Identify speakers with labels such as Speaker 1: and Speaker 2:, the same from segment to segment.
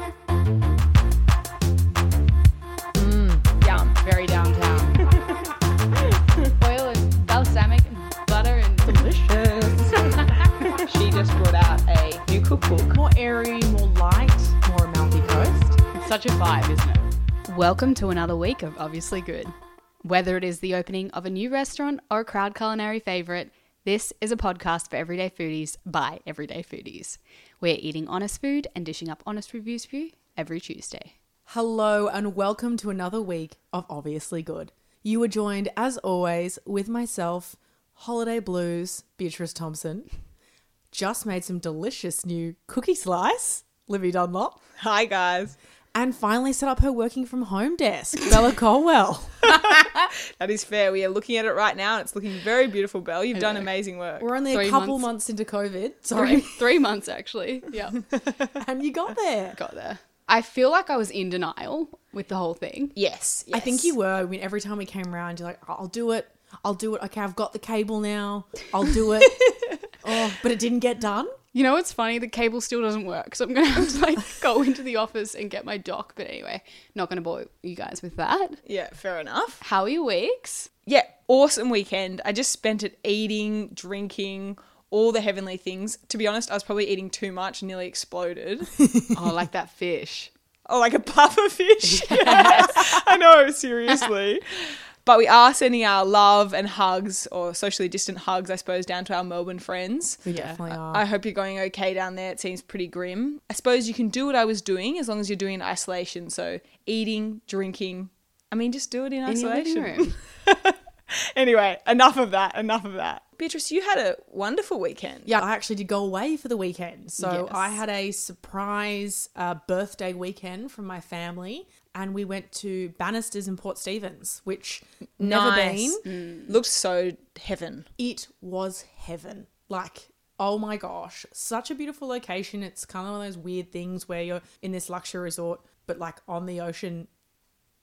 Speaker 1: such a vibe, isn't it? Welcome to another week of Obviously Good. Whether it is the opening of a new restaurant or a crowd culinary favourite, this is a podcast for everyday foodies by everyday foodies. We're eating honest food and dishing up honest reviews for you every Tuesday.
Speaker 2: Hello and welcome to another week of Obviously Good. You are joined, as always, with myself, Holiday Blues, Beatrice Thompson. Just made some delicious new cookie slice, Livy Dunlop.
Speaker 3: Hi guys.
Speaker 2: And finally set up her working from home desk, Bella Colwell.
Speaker 3: That is fair. We are looking at it right now and it's looking very beautiful, Belle. You've done amazing work.
Speaker 2: We're only
Speaker 1: Three
Speaker 2: a couple
Speaker 1: months.
Speaker 2: months. into COVID,
Speaker 1: Three,
Speaker 2: sorry,
Speaker 1: three months actually. Yeah,
Speaker 2: and you got there.
Speaker 1: got there. I feel like I was in denial with the whole thing.
Speaker 3: Yes,
Speaker 2: I think you were. I mean, every time we came around, you're like, I'll do it. I'll do it. Okay, I've got the cable now. I'll do it. oh, but it didn't get done.
Speaker 1: You know, it's funny. The cable still doesn't work, so I'm gonna have to like go into the office and get my dock. But anyway, not gonna bore you guys with that.
Speaker 3: Yeah, fair enough.
Speaker 1: How are your weeks?
Speaker 3: Yeah, awesome weekend. I just spent it eating, drinking, all the heavenly things. To be honest, I was probably eating too much, nearly exploded.
Speaker 1: Oh, like that fish.
Speaker 3: oh, like a puffer fish. Yes. I know, seriously. But we are sending our love and hugs, or socially distant hugs, I suppose, down to our Melbourne friends.
Speaker 2: We definitely are.
Speaker 3: I hope you're going okay down there. It seems pretty grim. I suppose you can do what I was doing as long as you're doing it in isolation. So eating, drinking. I mean, just do it in
Speaker 1: In your
Speaker 3: isolation.
Speaker 1: living room.
Speaker 3: anyway, enough of that. Enough of that. Beatrice, you had a wonderful weekend.
Speaker 2: Yeah, I actually did go away for the weekend. So
Speaker 1: Yes.
Speaker 2: I had a surprise uh, birthday weekend from my family, and we went to Bannisters in Port Stevens, which never been.
Speaker 3: Nice.
Speaker 1: Mm.
Speaker 3: Looked so heaven.
Speaker 2: It was heaven. Like, oh my gosh, such a beautiful location. It's kind of one of those weird things where you're in this luxury resort, but like on the ocean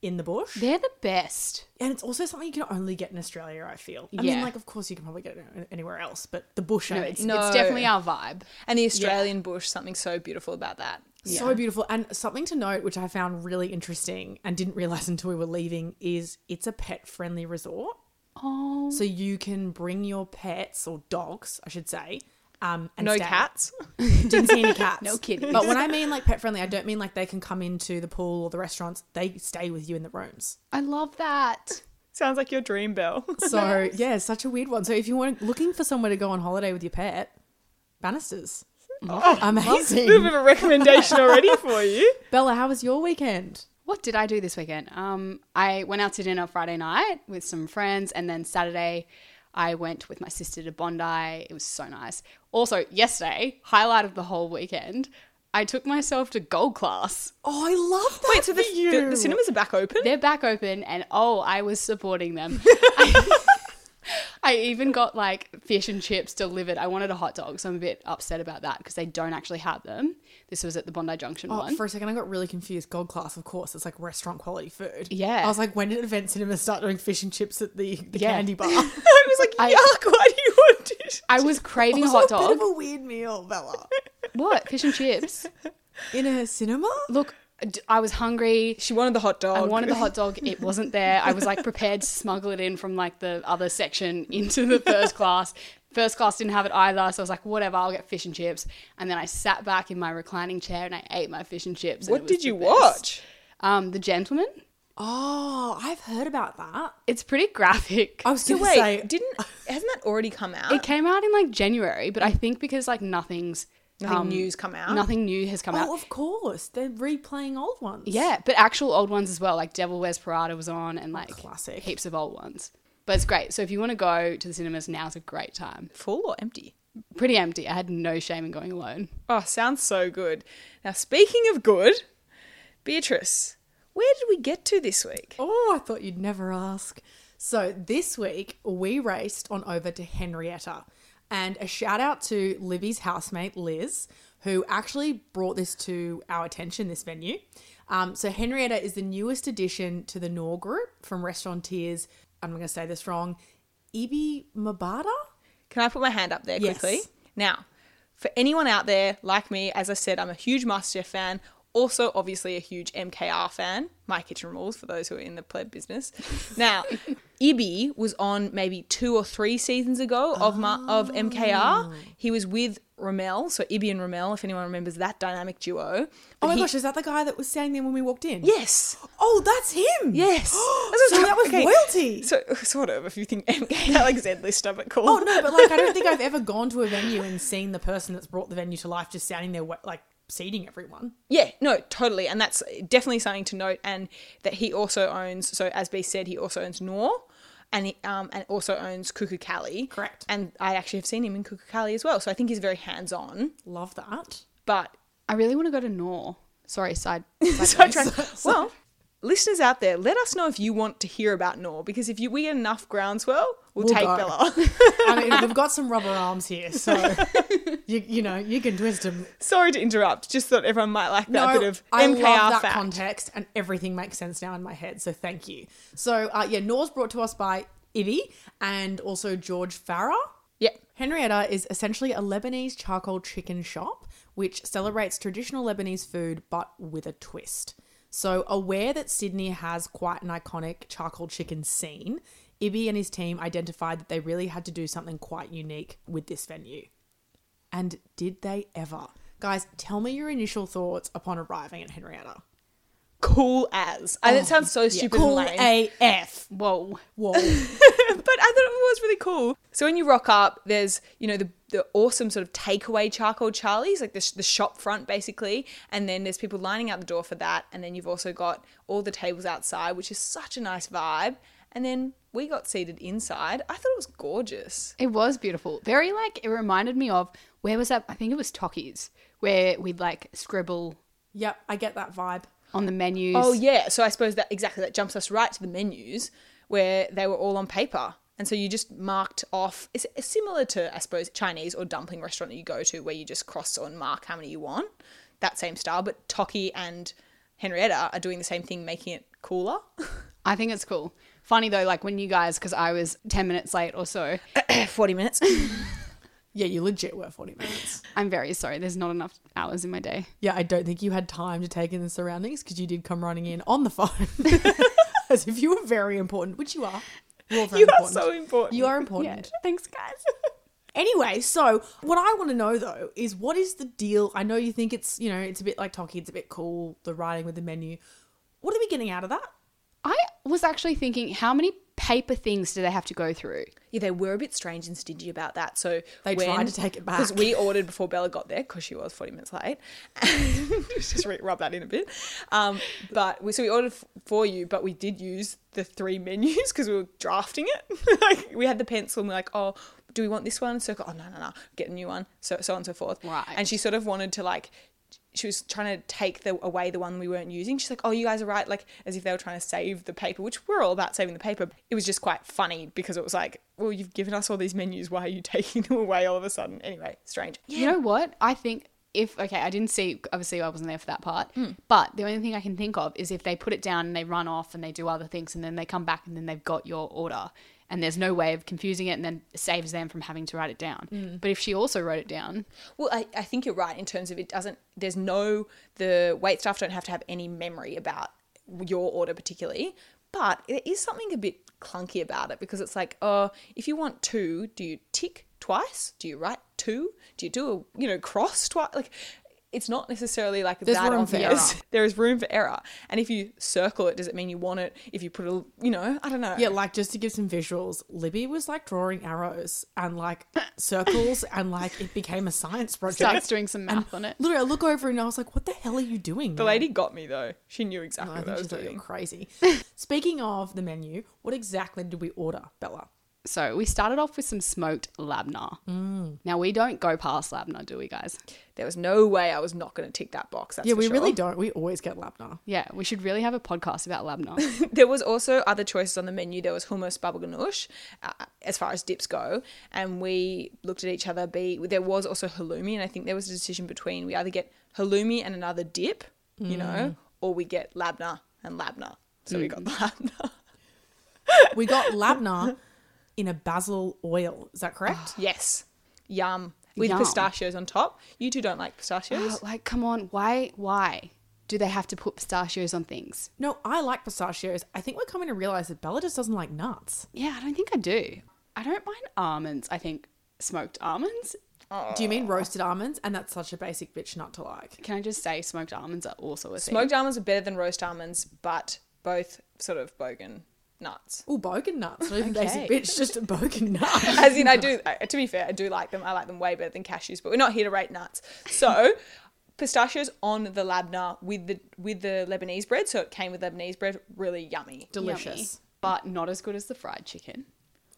Speaker 2: in the bush.
Speaker 1: They're the best.
Speaker 2: And it's also something you can only get in Australia, I feel. I
Speaker 1: Yeah.
Speaker 2: mean, like, of course, you can probably get it anywhere else, but the bush, I
Speaker 1: No,
Speaker 2: mean.
Speaker 1: it's,
Speaker 3: No.
Speaker 1: it's definitely our vibe.
Speaker 3: And the Australian bush, something so beautiful about that.
Speaker 2: So beautiful. And something to note, which I found really interesting and didn't realize until we were leaving, is it's a pet friendly resort.
Speaker 1: Oh,
Speaker 2: So you can bring your pets or dogs, I should say. Um, and
Speaker 3: No
Speaker 2: stay.
Speaker 3: cats.
Speaker 2: Didn't see any cats.
Speaker 1: No kitties.
Speaker 2: But when I mean like pet friendly, I don't mean like they can come into the pool or the restaurants. They stay with you in the rooms.
Speaker 1: I love that.
Speaker 3: Sounds like your dream, Belle.
Speaker 2: So yeah, it's such a weird one. So if you want looking for somewhere to go on holiday with your pet, Bannisters. Oh,
Speaker 3: a little
Speaker 2: Amazing.
Speaker 3: bit of a recommendation already for you.
Speaker 2: Bella, how was your weekend?
Speaker 1: What did I do this weekend? Um, I went out to dinner Friday night with some friends, and then Saturday, I went with my sister to Bondi. It was so nice. Also, yesterday, highlight of the whole weekend, I took myself to Gold Class.
Speaker 2: Oh, I love that.
Speaker 3: Wait, so the,
Speaker 2: for you.
Speaker 3: the, the cinemas are back open?
Speaker 1: They're back open, and oh, I was supporting them. I even got like fish and chips delivered. I wanted a hot dog, so I'm a bit upset about that because they don't actually have them. This was at the Bondi Junction
Speaker 2: Oh,
Speaker 1: one.
Speaker 2: for a second, I got really confused. Gold class, of course, it's like restaurant quality food.
Speaker 1: Yeah.
Speaker 2: I was like, when did Event Cinema start doing fish and chips at the, the
Speaker 1: Yeah.
Speaker 2: candy bar?
Speaker 3: I was like,
Speaker 1: I-
Speaker 3: yuck, why do you want it?
Speaker 1: I was craving "Oh, a
Speaker 2: Also
Speaker 1: hot
Speaker 2: A bit
Speaker 1: dog.
Speaker 2: of a weird meal, Bella.
Speaker 1: What? Fish and chips.
Speaker 2: In a cinema?
Speaker 1: Look, d- I was hungry.
Speaker 3: She wanted the hot dog.
Speaker 1: I wanted the hot dog. It wasn't there. I was like prepared to smuggle it in from like the other section into the first class. First class didn't have it either. So I was like, whatever, I'll get fish and chips. And then I sat back in my reclining chair and I ate my fish and chips. and it
Speaker 3: What
Speaker 1: was
Speaker 3: did you
Speaker 1: the best.
Speaker 3: watch?
Speaker 1: Um, The Gentleman.
Speaker 2: Oh, I've heard about that.
Speaker 1: It's pretty graphic.
Speaker 2: I was
Speaker 3: So
Speaker 2: going to
Speaker 3: wait,
Speaker 2: say,
Speaker 3: didn't hasn't that already come out?
Speaker 1: It came out in like January, but I think because like nothing's um,
Speaker 3: um, Nothing new's come out.
Speaker 1: Nothing new has come out.
Speaker 2: oh, of course. They're replaying old ones.
Speaker 1: Yeah, but actual old ones as well, like Devil Wears Prada was on,
Speaker 3: Oh,
Speaker 1: and like
Speaker 2: classic.
Speaker 1: heaps of old ones. But it's great. So if you want to go to the cinemas, now's a great time.
Speaker 3: Full or empty?
Speaker 1: Pretty empty. I had no shame in going alone.
Speaker 3: Oh, sounds so good. Now speaking of good, Beatrice, where did we get to this week?
Speaker 2: Oh, I thought you'd never ask. So this week we raced on over to Henrietta. And a shout out to Libby's housemate Liz, who actually brought this to our attention, this venue. Um, so Henrietta is the newest addition to the Knorr group from restaurateurs. I'm going to say this wrong. Ibi Mabada?
Speaker 3: Can I put my hand up there
Speaker 2: Yes.
Speaker 3: quickly? Now, for anyone out there like me, as I said, I'm a huge MasterChef fan. Also, obviously, a huge MKR fan. My Kitchen Rules, for those who are in the pleb business. Now, Ibby was on maybe two or three seasons ago of, Ma- of
Speaker 2: Oh.
Speaker 3: MKR. He was with Ramel, so Ibby and Ramel, if anyone remembers that dynamic
Speaker 2: Oh
Speaker 3: duo. But
Speaker 2: my
Speaker 3: he-
Speaker 2: gosh, is that the guy that was standing there when we walked in?
Speaker 3: Yes.
Speaker 2: Oh, that's him.
Speaker 3: Yes.
Speaker 2: so that was
Speaker 3: Okay.
Speaker 2: royalty.
Speaker 3: So, sort of, if you think MK Alex Edlister, but cool.
Speaker 2: oh no, but like I don't think I've ever gone to a venue and seen the person that's brought the venue to life just standing there wa- like seating everyone.
Speaker 3: Yeah, no, totally. And that's definitely something to note. And that he also owns, so as B said, he also owns Noor and he, um, and also owns Cuckoo Cali.
Speaker 2: Correct.
Speaker 3: And I actually have seen him in Cuckoo Cali as well. So I think he's very hands on.
Speaker 2: Love that.
Speaker 3: But
Speaker 1: I really want to go to Nor. Sorry, side. side
Speaker 3: so I
Speaker 1: note.
Speaker 3: try- well, listeners out there, let us know if you want to hear about Noor because if you, we get enough groundswell, we'll,
Speaker 2: We'll
Speaker 3: take
Speaker 2: go.
Speaker 3: Bella.
Speaker 2: I mean, we've got some rubber arms here, so you, you know you can twist them.
Speaker 3: Sorry to interrupt. Just thought everyone might like that bit of MKR
Speaker 2: I love that
Speaker 3: fact.
Speaker 2: context, and everything makes sense now in my head. So thank you. So uh, yeah, Nor's brought to us by Ibby and also George Farah.
Speaker 3: yeah.
Speaker 2: Henrietta is essentially a Lebanese charcoal chicken shop, which celebrates traditional Lebanese food but with a twist. So, aware that Sydney has quite an iconic charcoal chicken scene, Ibby and his team identified that they really had to do something quite unique with this venue. And did they ever? Guys, tell me your initial thoughts upon arriving at Henrietta.
Speaker 3: Cool as. And it sounds so stupid
Speaker 2: Oh, Cool
Speaker 3: and lame.
Speaker 2: AF.
Speaker 1: Whoa.
Speaker 2: Whoa.
Speaker 3: but I thought it was really cool. So when you rock up, there's you know the the awesome sort of takeaway charcoal charlies, like the sh- the shop front basically, and then there's people lining out the door for that, and then you've also got all the tables outside, which is such a nice vibe. And then we got seated inside. I thought it was gorgeous.
Speaker 1: It was beautiful. Very like it reminded me of where was that? I think it was Tocky's where we'd like scribble
Speaker 2: yep, I get that vibe.
Speaker 1: on the menus.
Speaker 3: Oh yeah, so I suppose that exactly that jumps us right to the menus where they were all on paper. And so you just marked off it's it's similar to I suppose Chinese or dumpling restaurant that you go to where you just cross on mark how many you want. That same style, but Toki and Henrietta are doing the same thing making it cooler.
Speaker 1: I think it's cool. Funny though, like when you guys, because I was 10 minutes late or so,
Speaker 3: 40 minutes.
Speaker 2: Yeah, you legit were 40 minutes.
Speaker 1: I'm very sorry. There's not enough hours in my day.
Speaker 2: Yeah, I don't think you had time to take in the surroundings because you did come running in on the phone as if you were very important, which you are. You're all very
Speaker 3: You are
Speaker 2: important.
Speaker 3: so important.
Speaker 2: You are important.
Speaker 1: Thanks, guys.
Speaker 2: Anyway, so what I want to know though is what is the deal? I know you think it's, you know, it's a bit like Toki, it's a bit cool, the writing with the menu. What are we getting out of that?
Speaker 1: I was actually thinking, how many paper things do they have to go through?
Speaker 3: Yeah, they were a bit strange and stingy about that. So
Speaker 2: They tried to take it back.
Speaker 3: because we ordered before Bella got there because she was forty minutes late. Just re- rub that in a bit. Um, but we, so we ordered f- for you, but we did use the three menus because we were drafting it. like we had the pencil and we're like, oh, do we want this one? So oh no no no, get a new one. So so on and so forth.
Speaker 1: Right.
Speaker 3: And she sort of wanted to like. She was trying to take the away the one we weren't using. She's like, "Oh, you guys are right," like as if they were trying to save the paper, which we're all about saving the paper. It was just quite funny because it was like, "Well, you've given us all these menus. Why are you taking them away all of a sudden?" Anyway, strange.
Speaker 1: You know what? I think if okay, I didn't see obviously I wasn't there for that part. But the only thing I can think of is if they put it down and they run off and they do other things and then they come back and then they've got your order and there's no way of confusing it and then it saves them from having to write it down. But if she also wrote it down,
Speaker 3: Well, I, I think you're right in terms of it doesn't. There's no the wait staff don't have to have any memory about your order particularly, but there is something a bit clunky about it because it's like, oh, if you want two, do you tick twice? Do you write two? Do you do a you know cross twice? Like, it's not necessarily like
Speaker 2: There's
Speaker 3: that
Speaker 2: room for
Speaker 3: obvious.
Speaker 2: error.
Speaker 3: there is room for error, and if you circle it, does it mean you want it? If you put a you know, I don't know.
Speaker 2: Yeah, like just to give some visuals, Libby was like drawing arrows and like circles and like it became a science project.
Speaker 1: starts doing some math on it.
Speaker 2: Literally, I look over and I was like, what the hell are you doing?
Speaker 3: The lady got me though. She knew exactly
Speaker 2: I
Speaker 3: what I
Speaker 2: think she
Speaker 3: was
Speaker 2: thought you
Speaker 3: doing.
Speaker 2: were crazy. Speaking of the menu, what exactly did we order, Bella?
Speaker 1: So we started off with some smoked labna. Now we don't go past labna, do we, guys?
Speaker 3: There was no way I was not going to tick that box. That's
Speaker 2: yeah,
Speaker 3: for
Speaker 2: we
Speaker 3: sure.
Speaker 2: really don't. We always get labna.
Speaker 1: Yeah, we should really have a podcast about labna.
Speaker 3: There was also other choices on the menu. There was hummus baba ganoush, uh, as far as dips go, and we looked at each other. Be there was also halloumi, and I think there was a decision between we either get halloumi and another dip, you know, or we get labna and labna. So we got labna.
Speaker 2: We got labna in a basil oil. Is that correct?
Speaker 3: yes, yum with
Speaker 1: Yum. Oh,
Speaker 3: pistachios on top. You two don't like pistachios.
Speaker 1: like, come on, why? Why? do they have to put pistachios on things?
Speaker 2: No, I like pistachios. I think we're coming to realize that Bella just doesn't like nuts.
Speaker 1: Yeah, I don't think I do. I don't mind almonds. I think smoked almonds.
Speaker 2: Do you mean roasted almonds? And that's such a basic bitch nut to like.
Speaker 1: Can I just say smoked almonds are also a thing?
Speaker 3: Smoked almonds are better than roast almonds, but both sort of bogan nuts.
Speaker 2: Oh, bogan nuts. Not even
Speaker 1: Okay.
Speaker 2: basic bitch, just a bogan nut.
Speaker 3: As in, I do. I, to be fair, I do like them. I like them way better than cashews. But we're not here to rate nuts. So, pistachios on the labna with the with the Lebanese bread. So it came with Lebanese bread. Really yummy.
Speaker 1: Yummy,
Speaker 2: Delicious.
Speaker 1: but not as good as the fried chicken.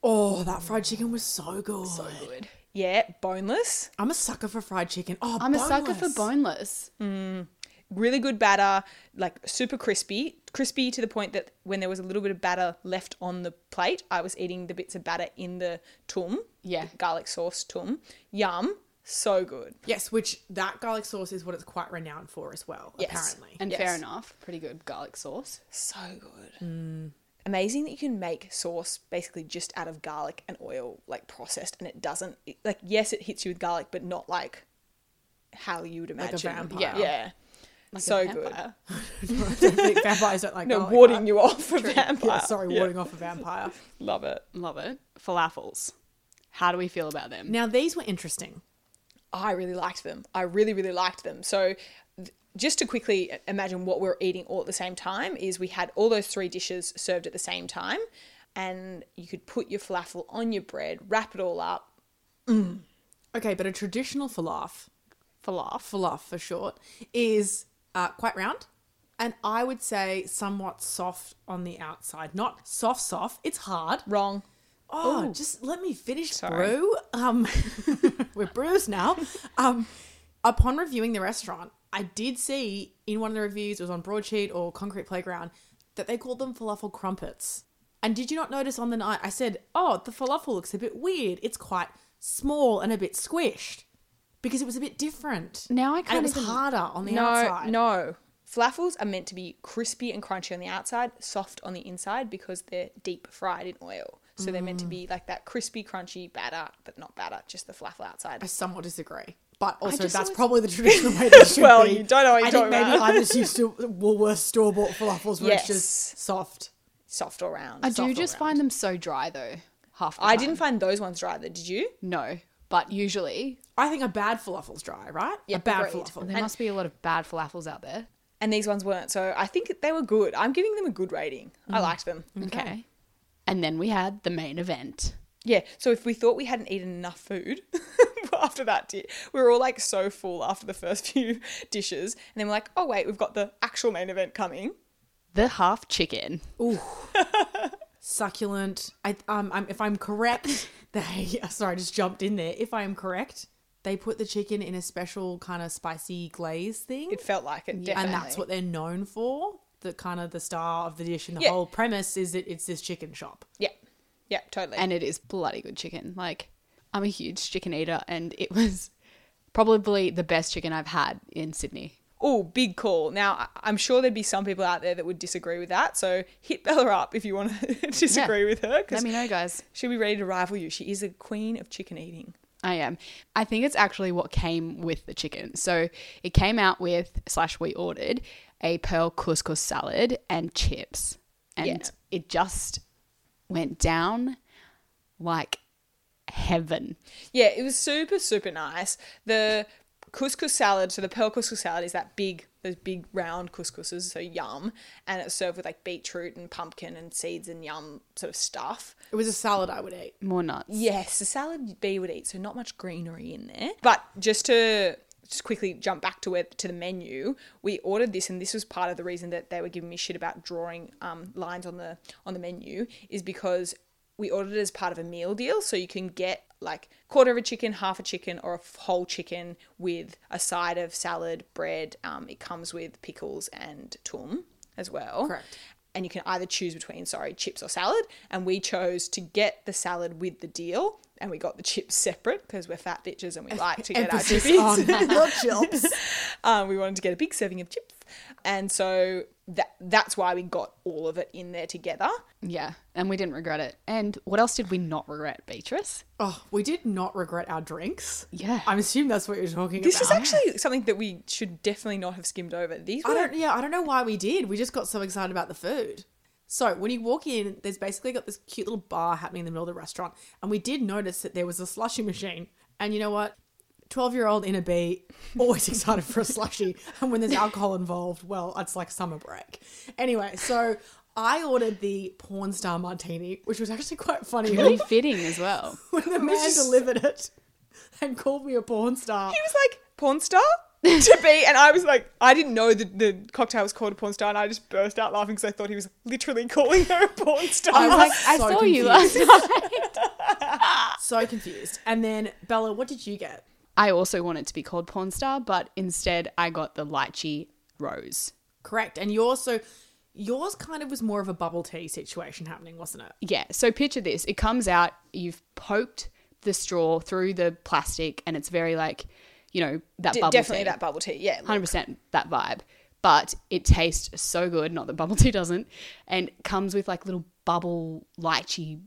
Speaker 2: Oh, that fried chicken was so good.
Speaker 1: Good.
Speaker 3: Yeah, boneless.
Speaker 2: I'm a sucker for fried chicken. Oh,
Speaker 1: I'm a sucker for
Speaker 2: boneless.
Speaker 1: boneless.
Speaker 3: Really good batter. Like super crispy. Crispy to the point that when there was a little bit of batter left on the plate, I was eating the bits of batter in the tum.
Speaker 1: Yeah.
Speaker 3: the garlic sauce tum. Yum. So good.
Speaker 2: Yes, which that garlic sauce is what it's quite renowned for as well,
Speaker 3: Yes.
Speaker 2: apparently.
Speaker 1: And
Speaker 3: Yes.
Speaker 1: fair enough, pretty good garlic sauce.
Speaker 3: So good. Amazing that you can make sauce basically just out of garlic and oil, like processed, and it doesn't it- like yes, it hits you with garlic, but not like how you would
Speaker 2: Like a
Speaker 3: imagine.
Speaker 2: vampire.
Speaker 3: Yeah, yeah.
Speaker 1: Like a
Speaker 3: so good.
Speaker 1: vampire.
Speaker 2: I don't think vampires don't like
Speaker 3: No,
Speaker 2: garlic,
Speaker 3: warding
Speaker 2: right?
Speaker 3: you off a vampire.
Speaker 2: Yeah, sorry,
Speaker 3: Yeah.
Speaker 2: warding off a vampire.
Speaker 3: Love it.
Speaker 1: Love it. Falafels. How do we feel about them?
Speaker 2: Now, these were interesting.
Speaker 3: I really liked them. I really, really liked them. So, th- just to quickly imagine what we're eating all at the same time is we had all those three dishes served at the same time, and you could put your falafel on your bread, wrap it all up.
Speaker 2: Okay, but a traditional falaf,
Speaker 1: Falafel.
Speaker 2: falaf for short, is uh, quite round and I would say somewhat soft on the outside. Not soft, soft. It's hard.
Speaker 3: Wrong.
Speaker 2: Oh, just let me finish
Speaker 3: Sorry.
Speaker 2: brew. Um, we're brews now. Um, upon reviewing the restaurant, I did see in one of the reviews, it was on Broadsheet or Concrete Playground, that they called them falafel crumpets. And did you not notice on the night I said, "Oh, the falafel looks a bit weird. It's quite small and a bit squished," because it was a bit different.
Speaker 1: Now I
Speaker 2: And
Speaker 1: can't
Speaker 2: it was
Speaker 1: even-
Speaker 2: harder on the
Speaker 3: no,
Speaker 2: outside.
Speaker 3: No, falafels are meant to be crispy and crunchy on the outside, soft on the inside because they're deep fried in oil. So they're meant to be like that crispy, crunchy batter, but not batter, just the falafel outside.
Speaker 2: I somewhat disagree. But also,
Speaker 1: just
Speaker 2: that's
Speaker 1: always-
Speaker 2: probably the traditional way they should
Speaker 3: Well,
Speaker 2: be.
Speaker 3: you don't know what you're
Speaker 2: I think
Speaker 3: talking
Speaker 2: maybe
Speaker 3: about.
Speaker 2: I just used to Woolworths store bought falafels where it's
Speaker 3: Yes.
Speaker 2: just soft.
Speaker 3: Soft all round.
Speaker 1: I do
Speaker 2: soft
Speaker 1: just
Speaker 2: all
Speaker 1: find them so dry though. Half. The
Speaker 3: I
Speaker 1: time.
Speaker 3: didn't find those ones dry though, did you?
Speaker 1: No, but usually
Speaker 2: I think a bad falafel's dry, right?
Speaker 3: Yeah,
Speaker 2: a bad
Speaker 3: agreed.
Speaker 2: falafel.
Speaker 1: there must be a lot of bad falafels out there.
Speaker 3: And these ones weren't. So I think they were good. I'm giving them a good rating. I liked them.
Speaker 1: Okay. And then we had the main event.
Speaker 3: Yeah. So if we thought we hadn't eaten enough food after that, di- we were all like so full after the first few dishes. And then we're like, oh, wait, we've got the actual main event coming.
Speaker 1: The half chicken.
Speaker 2: Succulent. I, um, I'm, if I'm correct, they. Sorry, I just jumped in there. If I am correct, they put the chicken in a special kind of spicy glaze thing,
Speaker 3: It felt like it. Definitely.
Speaker 2: and that's what they're known for. The kind of the star of the dish and the
Speaker 3: Yeah.
Speaker 2: whole premise is that it's this chicken shop.
Speaker 3: Yeah. Yeah, totally.
Speaker 1: And it is bloody good chicken. Like, I'm a huge chicken eater, and it was probably the best chicken I've had in Sydney.
Speaker 3: oh, big call. Now, I- I'm sure there'd be some people out there that would disagree with that. So hit Bella up if you want to disagree with her
Speaker 1: Let
Speaker 3: because
Speaker 1: me know, guys.
Speaker 3: she'll be ready to rival you. She is a queen of chicken eating.
Speaker 1: I am. I think it's actually what came with the chicken. So it came out with, slash, we ordered a pearl couscous salad and chips. And
Speaker 3: Yeah.
Speaker 1: it just went down like heaven.
Speaker 3: Yeah, it was super, super nice. The couscous salad, so the pearl couscous salad is that big, those big round couscouses, so yum. And it's served with like beetroot and pumpkin and seeds and yum sort of stuff.
Speaker 2: It was a salad I would eat.
Speaker 1: More nuts.
Speaker 3: Yes, the salad B would eat, so not much greenery in there. But just to just quickly jump back to where to the menu, we ordered this, and this was part of the reason that they were giving me shit about drawing um, lines on the on the menu is because we ordered it as part of a meal deal, so you can get like quarter of a chicken, half a chicken, or a f- whole chicken with a side of salad, bread. Um, it comes with pickles and tum as well
Speaker 2: Correct.
Speaker 3: and you can either choose between sorry chips or salad and we chose to get the salad with the deal and we got the chips separate because we're fat bitches and we like to get our
Speaker 2: Emphasis
Speaker 3: chippies
Speaker 2: on the chips.
Speaker 3: um, we wanted to get a big serving of chips And so that that's why we got all of it in there together.
Speaker 1: Yeah, and we didn't regret it. And what else did we not regret, Beatrice?
Speaker 2: Oh, we did not regret our drinks.
Speaker 1: Yeah.
Speaker 2: I'm assuming that's what you're talking
Speaker 3: This
Speaker 2: about.
Speaker 3: is actually something that we should definitely not have skimmed over. These
Speaker 2: I
Speaker 3: were
Speaker 2: don't. Yeah, I don't know why we did. We just got so excited about the food. So when you walk in, there's basically got this cute little bar happening in the middle of the restaurant, and we did notice that there was a slushy machine. And you know what? Twelve-year-old inner B always excited for a slushy, and when there's alcohol involved, well, it's like summer break. Anyway, so I ordered the porn star martini, which was actually quite funny
Speaker 1: Really fitting as well.
Speaker 2: when the man delivered it and called me a porn star.
Speaker 3: he was like porn star to be and i was like i didn't know that the cocktail was called a porn star and i just burst out laughing because i thought he was literally calling her a porn star
Speaker 1: I was like, I
Speaker 2: so
Speaker 1: saw you last
Speaker 2: confused.
Speaker 1: night.
Speaker 2: So confused. And then Bella, what did you get?
Speaker 1: I also wanted to be called porn star, but instead I got the lychee rose.
Speaker 2: Correct. And yours, so yours kind of was more of a bubble tea situation happening, wasn't it?
Speaker 1: Yeah. So picture this. It comes out, you've poked the straw through the plastic and it's very like, you know, that
Speaker 3: D-
Speaker 1: bubble
Speaker 3: definitely
Speaker 1: thing.
Speaker 3: that bubble tea yeah
Speaker 1: hundred percent that vibe. But it tastes so good. Not that bubble tea doesn't, and comes with like little bubble lychee.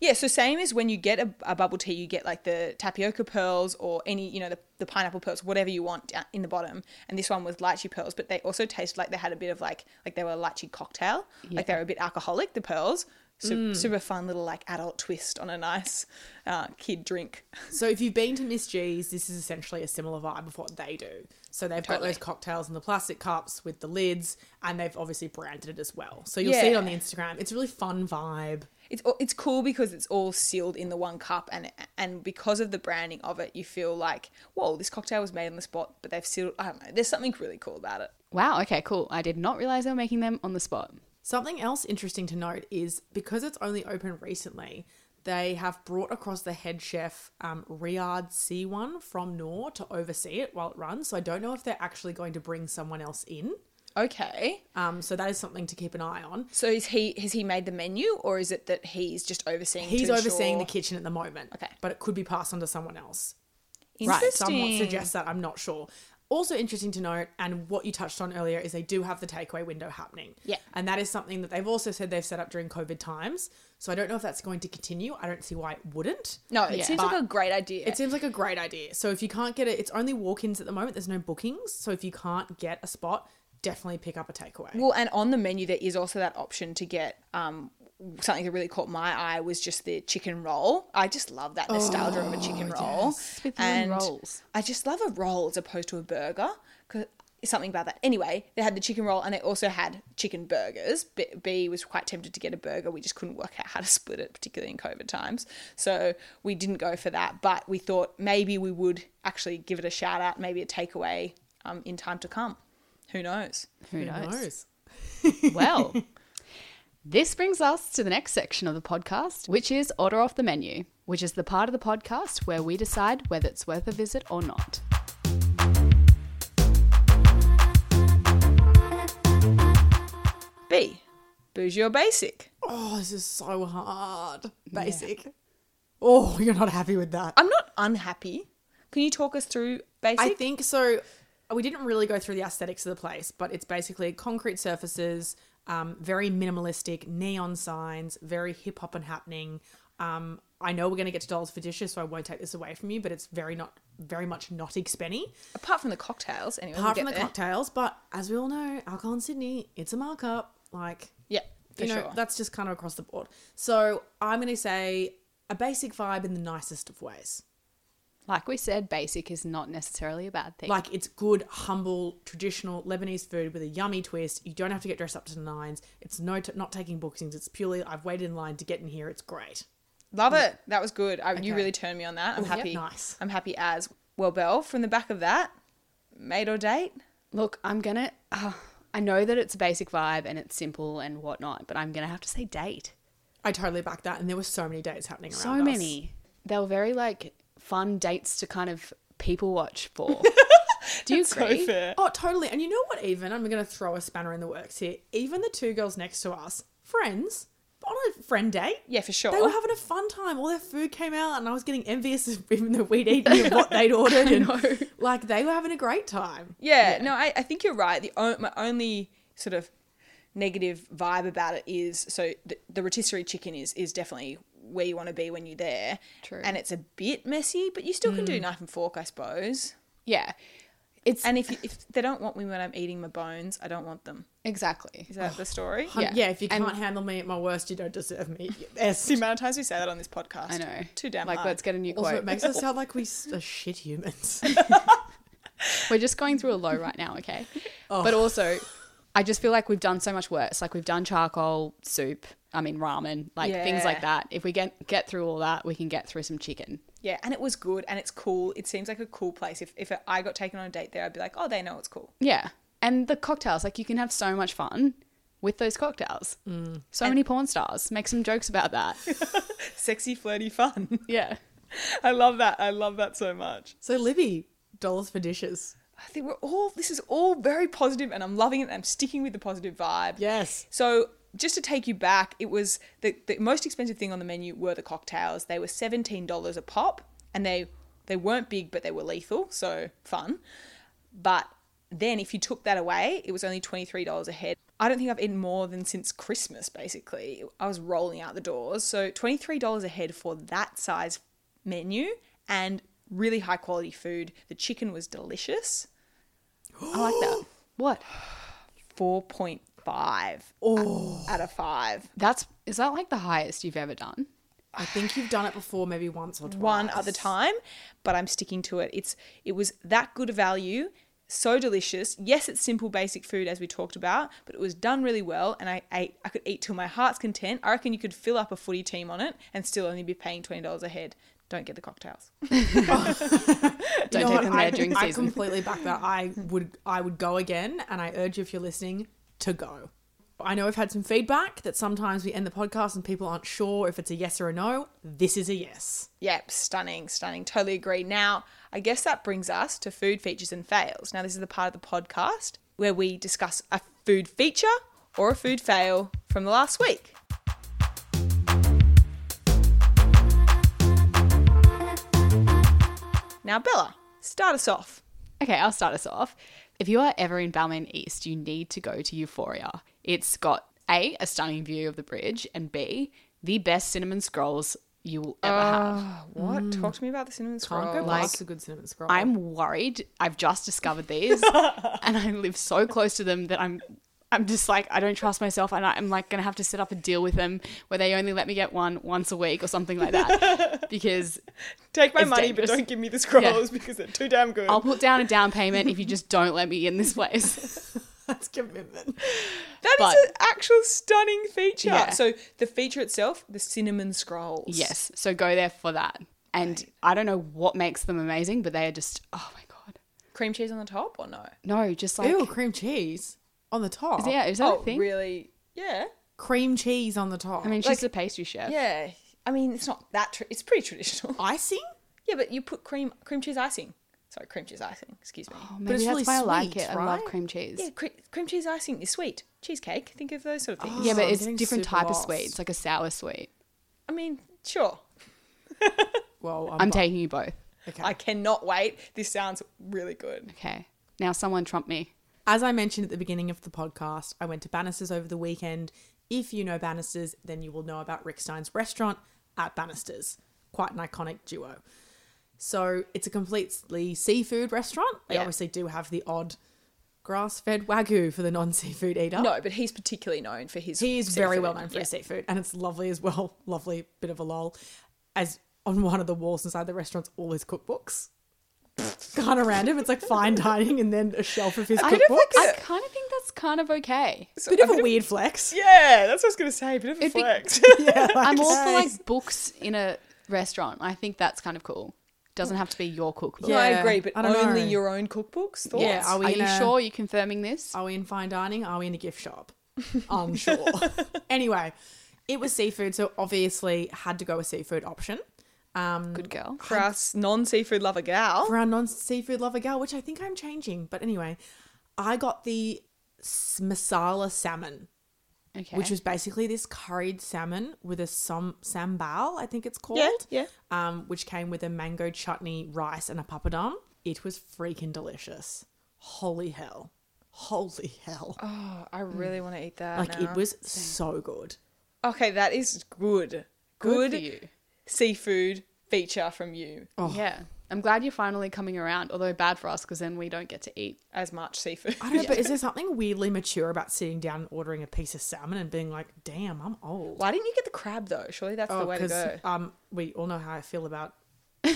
Speaker 3: yeah so same as when you get a, a bubble tea you get like the tapioca pearls or any you know the, the pineapple pearls whatever you want down in the bottom and this one was lychee pearls but they also taste like they had a bit of like like they were a lychee cocktail like they were a bit alcoholic the pearls so, super fun little like adult twist on a nice uh, kid drink
Speaker 2: So if you've been to Miss G's, this is essentially a similar vibe of what they do. So they've got
Speaker 3: Totally.
Speaker 2: those cocktails in the plastic cups with the lids, and they've obviously branded it as well. So you'll see it on the
Speaker 3: Yeah.
Speaker 2: Instagram. It's a really fun vibe.
Speaker 3: it's all- it's cool because it's all sealed in the one cup and and because of the branding of it you feel like whoa this cocktail was made on the spot but they've sealed I don't know there's something really cool about it
Speaker 1: Wow. Okay. Cool. I did not realize they were making them on the spot.
Speaker 2: Something else interesting to note is because it's only open recently, they have brought across the head chef um, Riyadh C1 from Noor to oversee it while it runs. So I don't know if they're actually going to bring someone else in.
Speaker 3: okay
Speaker 2: Um, so that is something to keep an eye on.
Speaker 3: so is he has he made the menu or is it that he's just overseeing
Speaker 2: He's
Speaker 3: to
Speaker 2: overseeing the
Speaker 3: ensure-
Speaker 2: kitchen at the moment.
Speaker 3: Okay.
Speaker 2: But it could be passed on to someone else.
Speaker 3: interesting
Speaker 2: Someone suggests that. I'm not sure. Also interesting to note, and what you touched on earlier, is they do have the takeaway window happening.
Speaker 3: Yeah.
Speaker 2: And that is something that they've also said they've set up during COVID times. So I don't know if that's going to continue. I don't see why it wouldn't.
Speaker 3: no it
Speaker 1: Yeah.
Speaker 3: seems like a great idea
Speaker 2: It seems like a great idea. So if you can't get it, it's only walk ins at the moment. There's no bookings. So if you can't get a spot, definitely pick up a takeaway.
Speaker 3: Well, and on the menu there is also that option to get um, something that really caught my eye was just the chicken roll. I just love that nostalgia of a chicken roll.
Speaker 1: Oh, With your own
Speaker 3: and
Speaker 1: rolls.
Speaker 3: I just love a roll as opposed to a burger because something about that. Anyway, they had the chicken roll and they also had chicken burgers. B, B was quite tempted to get a burger. We just couldn't work out how to split it, particularly in COVID times. So we didn't go for that. But we thought maybe we would actually give it a shout out, maybe a takeaway um, in time to come. Who knows?
Speaker 1: Who knows?
Speaker 2: knows?
Speaker 1: well, this brings us to the next section of the podcast, which is order off the menu, which is the part of the podcast where we decide whether it's worth a visit or not.
Speaker 3: B. Bougie or basic?
Speaker 2: Oh, this is so hard. Basic. Oh, you're not happy with that.
Speaker 3: I'm not unhappy. Can you talk us through basic?
Speaker 2: I think so. We didn't really go through the aesthetics of the place, but it's basically concrete surfaces, um, very minimalistic, neon signs, very hip hop and happening. Um, I know we're going to get to Dollars for Dishes, so I won't take this away from you, but it's very not very much not expenny,
Speaker 3: Apart from the cocktails, anyway.
Speaker 2: apart
Speaker 3: we'll
Speaker 2: from the
Speaker 3: get there.
Speaker 2: cocktails. But as we all know, alcohol in Sydney, it's a markup. Like,
Speaker 3: Yeah, for
Speaker 2: you know,
Speaker 3: sure.
Speaker 2: that's just kind of across the board. So I'm going to say a basic vibe in the nicest of ways.
Speaker 1: Like we said, basic is not necessarily a bad thing.
Speaker 2: Like it's good, humble, traditional Lebanese food with a yummy twist. You don't have to get dressed up to the nines. It's no t- not taking bookings. It's purely I've waited in line to get in here. It's great.
Speaker 3: Love it. That was good. I, You really turned me on that. I'm
Speaker 2: Ooh, yeah,
Speaker 3: happy.
Speaker 2: nice.
Speaker 3: I'm happy as well. Belle, from the back of that, mate or date?
Speaker 1: Look, I'm gonna. ah, I know that it's a basic vibe and it's simple and whatnot, but I'm gonna have to say date.
Speaker 2: I totally back that. And there were so many dates happening. around
Speaker 1: So
Speaker 2: us.
Speaker 1: many. They were very like fun dates to kind of people watch for. Do you agree?
Speaker 3: So fair.
Speaker 2: Oh, totally. And you know what? Even I'm going to throw a spanner in the works here. Even the two girls next to us, friends, but on a friend date.
Speaker 3: Yeah, for sure.
Speaker 2: They were having a fun time. All their food came out, and I was getting envious of even though we'd eaten and what they'd ordered. and
Speaker 3: know.
Speaker 2: like they were having a great time.
Speaker 3: Yeah, no, I, I think you're right. The o- my only sort of negative vibe about it is so the, the rotisserie chicken is is definitely where you want to be when you're there.
Speaker 1: True. Mm.
Speaker 3: And it's a bit messy, but you still can do knife and fork, I suppose.
Speaker 1: Yeah. It's
Speaker 3: And if you, if they don't want me when I'm eating my bones, I don't want them.
Speaker 1: exactly.
Speaker 3: Is that the story?
Speaker 2: Hun-
Speaker 1: Yeah.
Speaker 2: yeah, if you
Speaker 1: And-
Speaker 2: can't handle me at my worst, you don't deserve me. Yes.
Speaker 3: The amount of times we say that on this podcast.
Speaker 1: I know.
Speaker 3: Too damn
Speaker 1: Like,
Speaker 3: hard.
Speaker 1: let's get a new quote.
Speaker 2: Also, it makes us sound like we s- are shit humans.
Speaker 1: We're just going through a low right now, okay? But also, I just feel like we've done so much worse. Like we've done charcoal, soup, I mean ramen, like things
Speaker 3: Yeah.
Speaker 1: like that. If we get get through all that, we can get through some chicken.
Speaker 3: Yeah, and it was good and it's cool. It seems like a cool place. If, if I got taken on a date there, I'd be like, oh, they know it's cool.
Speaker 1: Yeah. And the cocktails, like you can have so much fun with those cocktails. So many porn stars make some jokes about that.
Speaker 3: Sexy, flirty, fun.
Speaker 1: yeah.
Speaker 3: I love that. I love that so much.
Speaker 2: so, Libby, dollars for dishes.
Speaker 3: I think we're all this is all very positive and I'm loving it and I'm sticking with the positive vibe.
Speaker 2: Yes.
Speaker 3: So just to take you back, it was the, the most expensive thing on the menu were the cocktails. They were seventeen dollars a pop and they they weren't big but they were lethal, so fun. But then if you took that away, it was only twenty three dollars a head. I don't think I've eaten more than since Christmas, basically. I was rolling out the doors. So twenty three dollars a head for that size menu and really high quality food. The chicken was delicious.
Speaker 1: I like that. What?
Speaker 3: 4.5 out of 5.
Speaker 1: That's is that like the highest you've ever done?
Speaker 2: I think you've done it before, maybe once or twice.
Speaker 3: One other time, but I'm sticking to it. It's it was that good a value, so delicious. Yes, it's simple basic food as we talked about, but it was done really well and I ate I could eat till my heart's content. I reckon you could fill up a footy team on it and still only be paying $20 a head. Don't get the cocktails.
Speaker 1: Don't
Speaker 2: You know
Speaker 1: take
Speaker 2: what?
Speaker 1: them there
Speaker 2: I,
Speaker 1: during
Speaker 2: I
Speaker 1: season.
Speaker 2: completely back that. I would I would go again, and I urge you, if you're listening, to go. I know I've had some feedback that sometimes we end the podcast and people aren't sure if it's a yes or a no. This is a yes.
Speaker 3: Yep, stunning, stunning. Totally agree. Now, I guess that brings us to food features and fails. Now, this is the part of the podcast where we discuss a food feature or a food fail from the last week. Now, Bella, start us off.
Speaker 1: Okay, I'll start us off. If you are ever in Balmain East, you need to go to Euphoria. It's got A, a stunning view of the bridge, and B, the best cinnamon scrolls you will ever have.
Speaker 3: What?
Speaker 1: Mm.
Speaker 3: Talk to me about the cinnamon
Speaker 2: Can't go
Speaker 3: scroll.
Speaker 2: past a good cinnamon scroll.
Speaker 1: I'm worried. I've just discovered these and I live so close to them that I'm I'm just like I don't trust myself and I'm like gonna have to set up a deal with them where they only let me get one once a week or something like that. because
Speaker 3: Take my
Speaker 1: It's
Speaker 3: money,
Speaker 1: dangerous.
Speaker 3: but don't give me the scrolls because they're too damn good.
Speaker 1: I'll put down a down payment if you just don't let me in this place.
Speaker 2: That's commitment.
Speaker 3: That is
Speaker 1: But-
Speaker 3: an actual stunning feature.
Speaker 1: Yeah.
Speaker 3: So the feature itself, the cinnamon scrolls.
Speaker 1: Yes. So go there for that. And I don't know what makes them amazing, but they are just oh my god.
Speaker 3: Cream cheese on the top or no?
Speaker 1: No, just like
Speaker 2: Ew, cream cheese on the top.
Speaker 1: yeah, is that
Speaker 3: Oh,
Speaker 1: a thing?
Speaker 3: really? Yeah.
Speaker 2: Cream cheese on the top.
Speaker 1: I mean, she's
Speaker 3: Like-
Speaker 1: a pastry chef.
Speaker 3: Yeah. I mean, it's not that. Tra- it's pretty traditional.
Speaker 2: icing,
Speaker 3: yeah, but you put cream cream cheese icing. Sorry, cream cheese icing. Excuse me.
Speaker 1: Oh,
Speaker 2: But
Speaker 1: maybe
Speaker 2: it's
Speaker 1: that's
Speaker 2: really
Speaker 1: why I like
Speaker 2: sweet,
Speaker 1: it. I love
Speaker 2: right?
Speaker 1: cream cheese.
Speaker 3: Yeah, cre- cream cheese icing is sweet. Cheesecake. Think of those sort of things.
Speaker 1: Yeah,
Speaker 2: Oh,
Speaker 1: but
Speaker 2: I'm
Speaker 1: it's
Speaker 2: getting
Speaker 1: different
Speaker 2: super
Speaker 1: type
Speaker 2: lost.
Speaker 1: of sweet. It's like a sour sweet.
Speaker 3: I mean, sure.
Speaker 2: Well, I'm,
Speaker 1: I'm
Speaker 2: bu-
Speaker 1: taking you both.
Speaker 2: okay.
Speaker 3: I cannot wait. This sounds really good.
Speaker 1: Okay. Now someone trump me.
Speaker 2: As I mentioned at the beginning of the podcast, I went to Bannister's over the weekend. If you know Bannister's, then you will know about Rick Stein's restaurant at Bannister's. Quite an iconic duo. So it's a completely seafood restaurant. They
Speaker 3: Yeah.
Speaker 2: obviously do have the odd grass fed wagyu for the non seafood eater.
Speaker 3: No, but he's particularly known for his.
Speaker 2: Oh. He is very
Speaker 3: seafood.
Speaker 2: well known for
Speaker 3: Yeah.
Speaker 2: his seafood, and it's lovely as well. Lovely bit of a lol. As on one of the walls inside the restaurant's all his cookbooks. kind of random. It's like fine dining, and then a shelf of his
Speaker 1: I don't
Speaker 2: cookbooks.
Speaker 1: I kind of think that's kind of okay.
Speaker 2: bit of a weird flex.
Speaker 3: Yeah, that's what I was gonna say. Bit of a
Speaker 1: It'd be-
Speaker 3: flex.
Speaker 1: I'm all for like books in a restaurant. I think that's kind of cool. Doesn't have to be your cookbook.
Speaker 3: I
Speaker 2: Yeah,
Speaker 3: agree, but
Speaker 2: I don't
Speaker 3: only
Speaker 2: know.
Speaker 3: your own cookbooks. Thoughts?
Speaker 2: Yeah, are
Speaker 1: Are,
Speaker 2: we in
Speaker 1: you
Speaker 2: a-
Speaker 1: sure you're confirming this?
Speaker 2: Are we in fine dining? Are we in a gift shop? Unsure. anyway, it was seafood, so obviously had to go with seafood option. Um,
Speaker 1: Good girl.
Speaker 3: for us non-seafood lover gal.
Speaker 2: for our non seafood lover gal, which I think I'm changing. But anyway, I got the s- masala salmon
Speaker 1: Okay.
Speaker 2: which was basically this curried salmon with a som- sambal, I think it's called.
Speaker 3: yeah.
Speaker 2: Um, which came with a mango chutney, rice, and a papadum. It was freaking delicious. Holy hell. Holy hell.
Speaker 3: Oh, I really want to eat that.
Speaker 2: like,
Speaker 3: now.
Speaker 2: it was so good.
Speaker 3: Okay, that is good.
Speaker 1: good,
Speaker 3: Good,
Speaker 1: for you.
Speaker 3: seafood feature from you.
Speaker 1: Yeah. I'm glad you're finally coming around, although bad for us because then we don't get to eat.
Speaker 3: As much seafood.
Speaker 2: I don't know, but is there something weirdly mature about sitting down and ordering a piece of salmon and being like, damn, I'm old?
Speaker 3: Why didn't you get the crab though? Surely that's the way to go.
Speaker 2: um, we all know how I feel about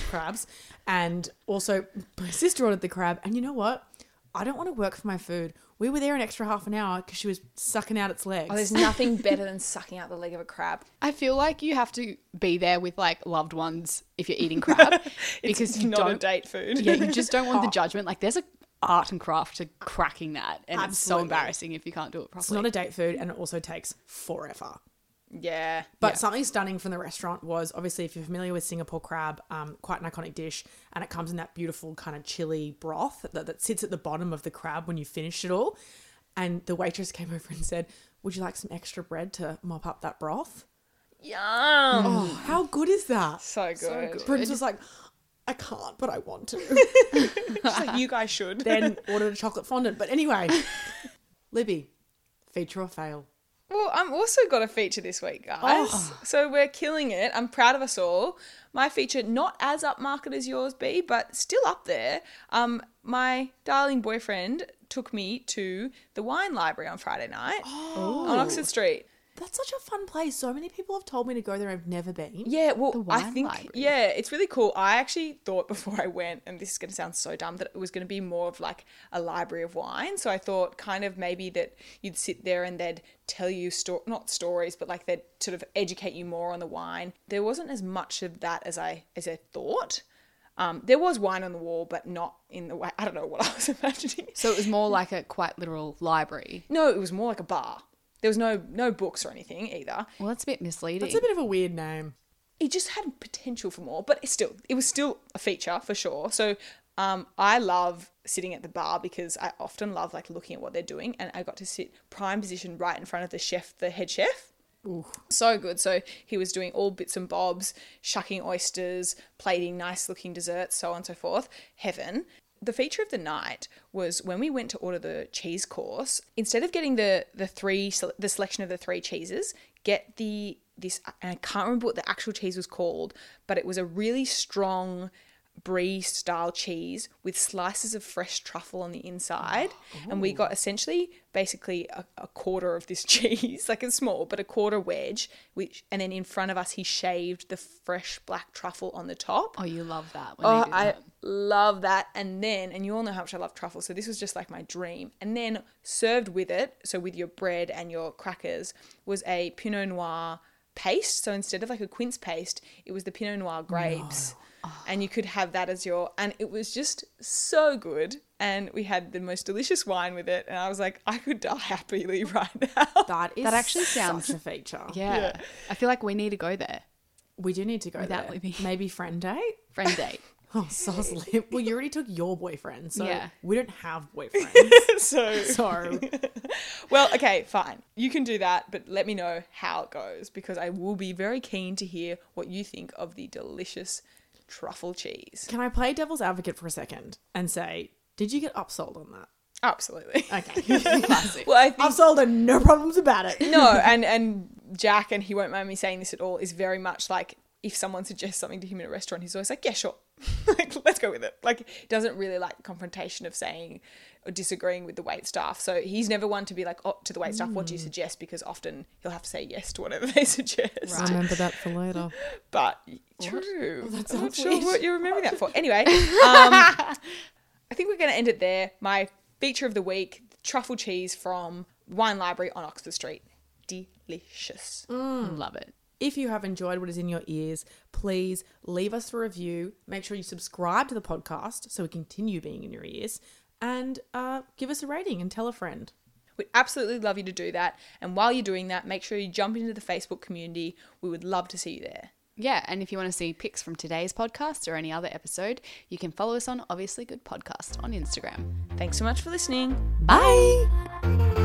Speaker 2: crabs, and also my sister ordered the crab, and you know what? I don't want to work for my food. We were there an extra half an hour because she was sucking out its legs.
Speaker 3: Oh, there's nothing better than sucking out the leg of a crab.
Speaker 1: I feel like you have to be there with like loved ones if you're eating crab because
Speaker 3: it's
Speaker 1: you
Speaker 3: not
Speaker 1: don't.
Speaker 3: a date food.
Speaker 1: yeah, you just don't want the judgment. Like, there's a art and craft to cracking that, and it's so
Speaker 2: Absolutely.
Speaker 1: embarrassing if you can't do it
Speaker 2: it's
Speaker 1: properly.
Speaker 2: not a date food, and it also takes forever.
Speaker 3: yeah.
Speaker 2: But something stunning from the restaurant was obviously, if you're familiar with Singapore crab, um, quite an iconic dish, and it comes in that beautiful kind of chili broth that, that sits at the bottom of the crab when you finish it all. And the waitress came over and said, "Would you like some extra bread to mop up that broth?"
Speaker 3: Yum.
Speaker 2: Oh, how good is that?
Speaker 3: So good.
Speaker 2: Prince was like, "I can't, but I want to."
Speaker 3: Just like you guys should.
Speaker 2: then ordered a chocolate fondant. But anyway, Libby, feature or fail?
Speaker 3: Well, I'm also got a feature this week, guys. So we're killing it. I'm proud of us all. My feature, not as upmarket as yours, B, but still up there. Um, my darling boyfriend took me to the wine library on Friday night on Oxford Street.
Speaker 2: That's such a fun place. So many people have told me to go there. I've never been.
Speaker 3: Yeah, well, I
Speaker 1: wine
Speaker 3: think
Speaker 1: library.
Speaker 3: yeah, it's really cool. I actually thought before I went, and this is going to sound so dumb, that it was going to be more of like a library of wine. So I thought kind of maybe that you'd sit there and they'd tell you sto- not stories, but like they'd sort of educate you more on the wine. There wasn't as much of that as I as I thought. Um, there was wine on the wall, but not in the way. I don't know what I was imagining.
Speaker 1: so it was more like a quite literal library.
Speaker 3: No, it was more like a bar. There was no no books or anything either.
Speaker 1: Well, that's a bit misleading.
Speaker 2: It's a bit of a weird name.
Speaker 3: it just had potential for more, but it still, it was still a feature for sure. So, um, I love sitting at the bar because I often love like looking at what they're doing, and I got to sit prime position right in front of the chef, the head chef. So good. So he was doing all bits and bobs, shucking oysters, plating nice looking desserts, so on and so forth. Heaven. The feature of the night was when we went to order the cheese course. Instead of getting the the three the selection of the three cheeses, get the this and I can't remember what the actual cheese was called, but it was a really strong brie style cheese with slices of fresh truffle on the inside and we got essentially basically a, a quarter of this cheese like it's small but a quarter wedge which and then in front of us he shaved the fresh black truffle on the top
Speaker 1: oh, you love that. When
Speaker 3: Oh,
Speaker 1: they do
Speaker 3: I
Speaker 1: that.
Speaker 3: love that. And then, and you all know how much I love truffle, so this was just like my dream. And then served with it, so with your bread and your crackers, was a Pinot Noir paste. So instead of like a quince paste, it was the Pinot Noir grapes.
Speaker 1: Ah.
Speaker 3: And you could have that as your, and it was just so good. And we had the most delicious wine with it. And I was like, I could die happily right now.
Speaker 2: That is
Speaker 1: That actually sounds-
Speaker 2: such a feature.
Speaker 1: Yeah. I feel like we need to go there.
Speaker 2: we do need to go
Speaker 1: Without
Speaker 2: there.
Speaker 1: Libby.
Speaker 2: Maybe friend date.
Speaker 1: Friend date.
Speaker 2: Oh, Sosley. well, you already took your boyfriend, so
Speaker 1: Yeah.
Speaker 2: we don't have boyfriends.
Speaker 3: so,
Speaker 2: so
Speaker 3: well, okay, fine. You can do that, but let me know how it goes because I will be very keen to hear what you think of the delicious truffle cheese.
Speaker 2: can I play devil's advocate for a second and say, did you get upsold on that?
Speaker 3: Absolutely.
Speaker 2: Okay. Classic.
Speaker 3: Well, I think
Speaker 2: upsold and no problems about it.
Speaker 3: no, and and Jack, and he won't mind me saying this at all, is very much like if someone suggests something to him in a restaurant, he's always like, yeah, sure, like let's go with it. Like doesn't really like confrontation of saying or disagreeing with the wait staff. So he's never one to be like, oh, to the wait staff, what do
Speaker 2: Mm.
Speaker 3: you suggest? Because often he'll have to say yes to whatever they suggest.
Speaker 2: Remember that for later.
Speaker 3: But true. I'm not
Speaker 2: Oh, sounds
Speaker 3: sure
Speaker 2: weird.
Speaker 3: what you're remembering that for. Anyway, um, I think we're going to end it there. My feature of the week truffle cheese from Wine Library on Oxford Street. Delicious.
Speaker 1: Love it.
Speaker 2: If you have enjoyed what is in your ears, please leave us a review. Make sure you subscribe to the podcast so we continue being in your ears. And uh, give us a rating and tell a friend.
Speaker 3: We'd absolutely love you to do that. And while you're doing that, make sure you jump into the Facebook community. We would love to see you there.
Speaker 1: Yeah, and if you want to see pics from today's podcast or any other episode, you can follow us on Obviously Good Podcast on Instagram.
Speaker 3: Thanks so much for listening.
Speaker 1: Bye.
Speaker 2: Bye.